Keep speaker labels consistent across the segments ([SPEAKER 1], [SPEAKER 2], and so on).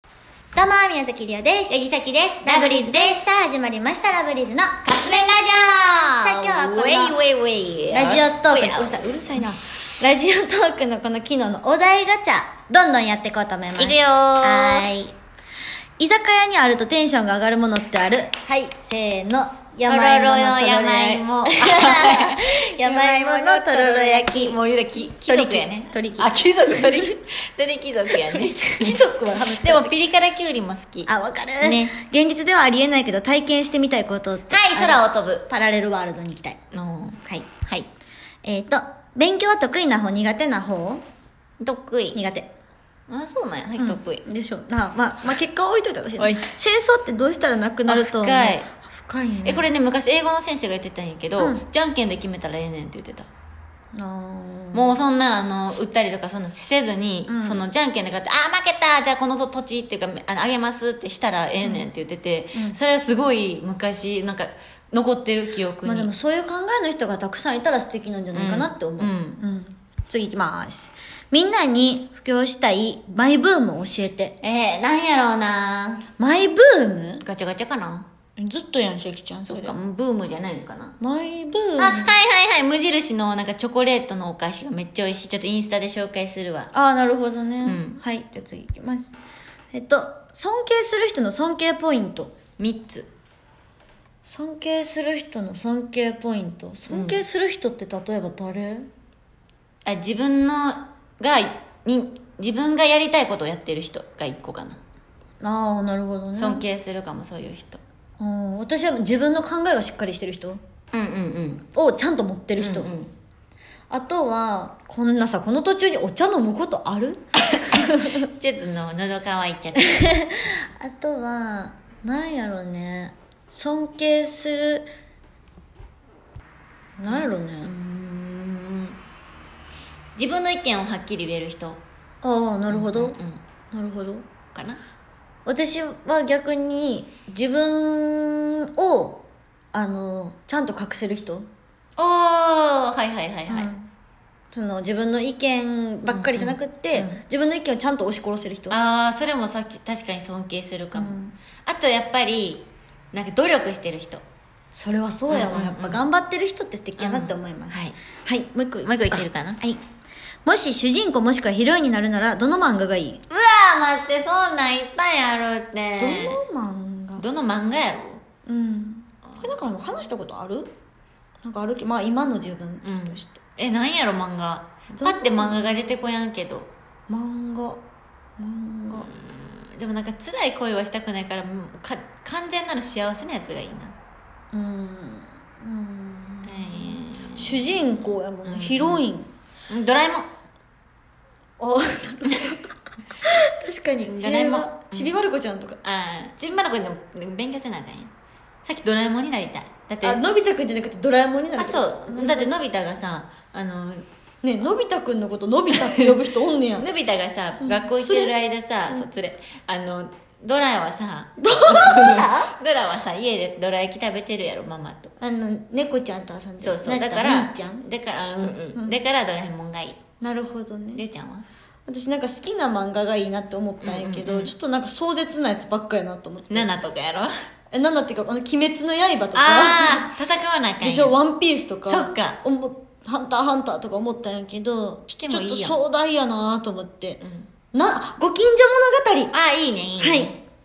[SPEAKER 1] どうも、宮崎りおです。
[SPEAKER 2] 柳崎です
[SPEAKER 1] ラブリーズです。さあ、始まりました、ラブリーズのカップ麺ラジオさあ、今日はこの
[SPEAKER 2] ウェイウェイウェイ
[SPEAKER 1] ラジオトークの
[SPEAKER 2] うるさいうるさいな
[SPEAKER 1] ラジオトークのこの昨日のお題ガチャ、どんどんやっていこうと思います。
[SPEAKER 2] いくよー
[SPEAKER 1] はーい。居酒屋にあるとテンションが上がるものってあるはい、せーの。山芋のとろろ焼き。山芋のとろろ焼 き。
[SPEAKER 2] もう言うだき貴族やね
[SPEAKER 1] 鳥貴
[SPEAKER 2] あ貴族 鳥貴鳥貴族やね
[SPEAKER 1] 貴族は
[SPEAKER 2] でもピリ辛きゅうりも好きは
[SPEAKER 1] あ、
[SPEAKER 2] い
[SPEAKER 1] わかる。
[SPEAKER 2] ね
[SPEAKER 1] 現実ではありえないけど、体験してみたいことって。
[SPEAKER 2] 空
[SPEAKER 1] を。
[SPEAKER 2] を飛ぶ
[SPEAKER 1] パラレルワールドに行きたい。はい。
[SPEAKER 2] はい
[SPEAKER 1] えっ、と、勉強は得意な方、苦手な方
[SPEAKER 2] 得意
[SPEAKER 1] 苦手。
[SPEAKER 2] あそうなんやはい得意
[SPEAKER 1] うんでしょうなあまあ、まあ、結果は置いといてほしいな
[SPEAKER 2] おい
[SPEAKER 1] 戦争ってどうしたらなくなると思う
[SPEAKER 2] あ深い
[SPEAKER 1] 深いね
[SPEAKER 2] えこれね昔英語の先生が言ってたんやけど
[SPEAKER 1] うん
[SPEAKER 2] じゃんけんで決めたらええねんって言ってた
[SPEAKER 1] あー
[SPEAKER 2] もうそんなあの売ったりとかそんなせずに、
[SPEAKER 1] うん
[SPEAKER 2] そのじゃんけんで買って「ああ負けたじゃあこの土地っていうかあのあげます」ってしたらええねんって言ってて、それはすごい昔なんか残ってる記憶に、
[SPEAKER 1] まあでもそういう考えの人がたくさんいたら素敵なんじゃないかなって思う
[SPEAKER 2] うん
[SPEAKER 1] うん次いきますみんなに布教したいマイブームを教えて
[SPEAKER 2] えー、なんやろうな
[SPEAKER 1] マイブーム
[SPEAKER 2] ガチャガチャかな
[SPEAKER 1] ずっとやんしきちゃん
[SPEAKER 2] そっかブームじゃないのかな
[SPEAKER 1] マイブ
[SPEAKER 2] あ
[SPEAKER 1] ー
[SPEAKER 2] はい
[SPEAKER 1] ム
[SPEAKER 2] はいはい無印のなんかチョコレートのお菓子がめっちゃ美味しいちょっとインスタで紹介するわ
[SPEAKER 1] ああなるほどね、
[SPEAKER 2] ん
[SPEAKER 1] はいじゃあ次いきますえっと尊敬する人の尊敬ポイント
[SPEAKER 2] 3つ
[SPEAKER 1] 尊敬する人の尊敬ポイント尊敬する人って例えば誰、
[SPEAKER 2] あ自分のがに自分がやりたいことをやってる人が1個かな
[SPEAKER 1] ああなるほどね
[SPEAKER 2] 尊敬するかもそういう人
[SPEAKER 1] うん私は自分の考えがしっかりしてる人
[SPEAKER 2] うんうんうん
[SPEAKER 1] をちゃんと持ってる人、
[SPEAKER 2] うんうん
[SPEAKER 1] あとはこんなさこの途中にお茶飲むことある
[SPEAKER 2] ちょっとの喉乾いちゃって
[SPEAKER 1] あとはなんやろうね尊敬するなんやろうね、
[SPEAKER 2] 自分の意見をはっきり言える人
[SPEAKER 1] ああなるほど、
[SPEAKER 2] うん
[SPEAKER 1] なるほど
[SPEAKER 2] かな
[SPEAKER 1] 私は逆に自分をあのちゃんと隠せる人
[SPEAKER 2] おーはいはいはいはい、
[SPEAKER 1] うんその自分の意見ばっかりじゃなくって、自分の意見をちゃんと押し殺せる人
[SPEAKER 2] ああそれもさっき確かに尊敬するかも、あとやっぱりなんか努力してる人
[SPEAKER 1] それはそうやわ、
[SPEAKER 2] うんうんうん
[SPEAKER 1] やっぱ頑張ってる人って素敵やなって思います、
[SPEAKER 2] うん
[SPEAKER 1] はい、もう一個
[SPEAKER 2] もう一個いけるかな
[SPEAKER 1] はいもし主人公もしくはヒロインになるならどの漫画がいい、
[SPEAKER 2] うわー待ってそんなんいっぱいあるって
[SPEAKER 1] どの漫画
[SPEAKER 2] どの漫画やろ
[SPEAKER 1] うんこれなんか話したことあるなんかあるけどまあ今の自分
[SPEAKER 2] うん
[SPEAKER 1] として、
[SPEAKER 2] えなんやろ漫画
[SPEAKER 1] ど
[SPEAKER 2] パって漫画が出てこやんけど
[SPEAKER 1] 漫画漫画
[SPEAKER 2] でもなんか辛い恋はしたくないからもうか完全なる幸せなやつがいいな
[SPEAKER 1] うん、
[SPEAKER 2] え
[SPEAKER 1] 主人公やもんね、ヒロイン
[SPEAKER 2] ードラえもん
[SPEAKER 1] あなるほど確かに
[SPEAKER 2] ドラえも
[SPEAKER 1] 平
[SPEAKER 2] ん
[SPEAKER 1] 和ちびまる子ちゃんとか、
[SPEAKER 2] ああちびまる子でも勉強せなあかんやんさっきドラえもんになりたいだって
[SPEAKER 1] あ
[SPEAKER 2] あ
[SPEAKER 1] のび太くんじゃなくてドラえもんになる
[SPEAKER 2] そうだってのび太がさあの
[SPEAKER 1] ねえのび太くんのことのび太って呼ぶ人おん ねや
[SPEAKER 2] のび太がさ学校行ってる間さそう連れあのドラはさドラはさ家でドラ焼き食べてるやろママと
[SPEAKER 1] あの猫ちゃんと遊んで
[SPEAKER 2] そうそうだからだからうんうんだからドラえもんがいい
[SPEAKER 1] なるほどね
[SPEAKER 2] りゅうちゃんは
[SPEAKER 1] 私なんか好きな漫画がいいなって思ったんやけど、ちょっとなんか壮絶なやつばっかやなと思って
[SPEAKER 2] ナナとかやろあ
[SPEAKER 1] えなんだっていうか「あの鬼滅の刃」とか
[SPEAKER 2] あー戦わなあかん
[SPEAKER 1] で
[SPEAKER 2] やん
[SPEAKER 1] しょ「ワンピースとか
[SPEAKER 2] そっか
[SPEAKER 1] おもハンターハンター」とか思ったんやけどち
[SPEAKER 2] 来て
[SPEAKER 1] ょ
[SPEAKER 2] もいい
[SPEAKER 1] ち
[SPEAKER 2] やん
[SPEAKER 1] ょっと壮大やなと思って、なご近所物語
[SPEAKER 2] ああいいねいいね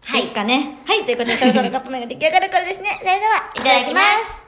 [SPEAKER 1] はい。ですかね。はい。ということで、そろそろカップ麺が出来上がる頃ですね。それでは、い
[SPEAKER 2] いただきます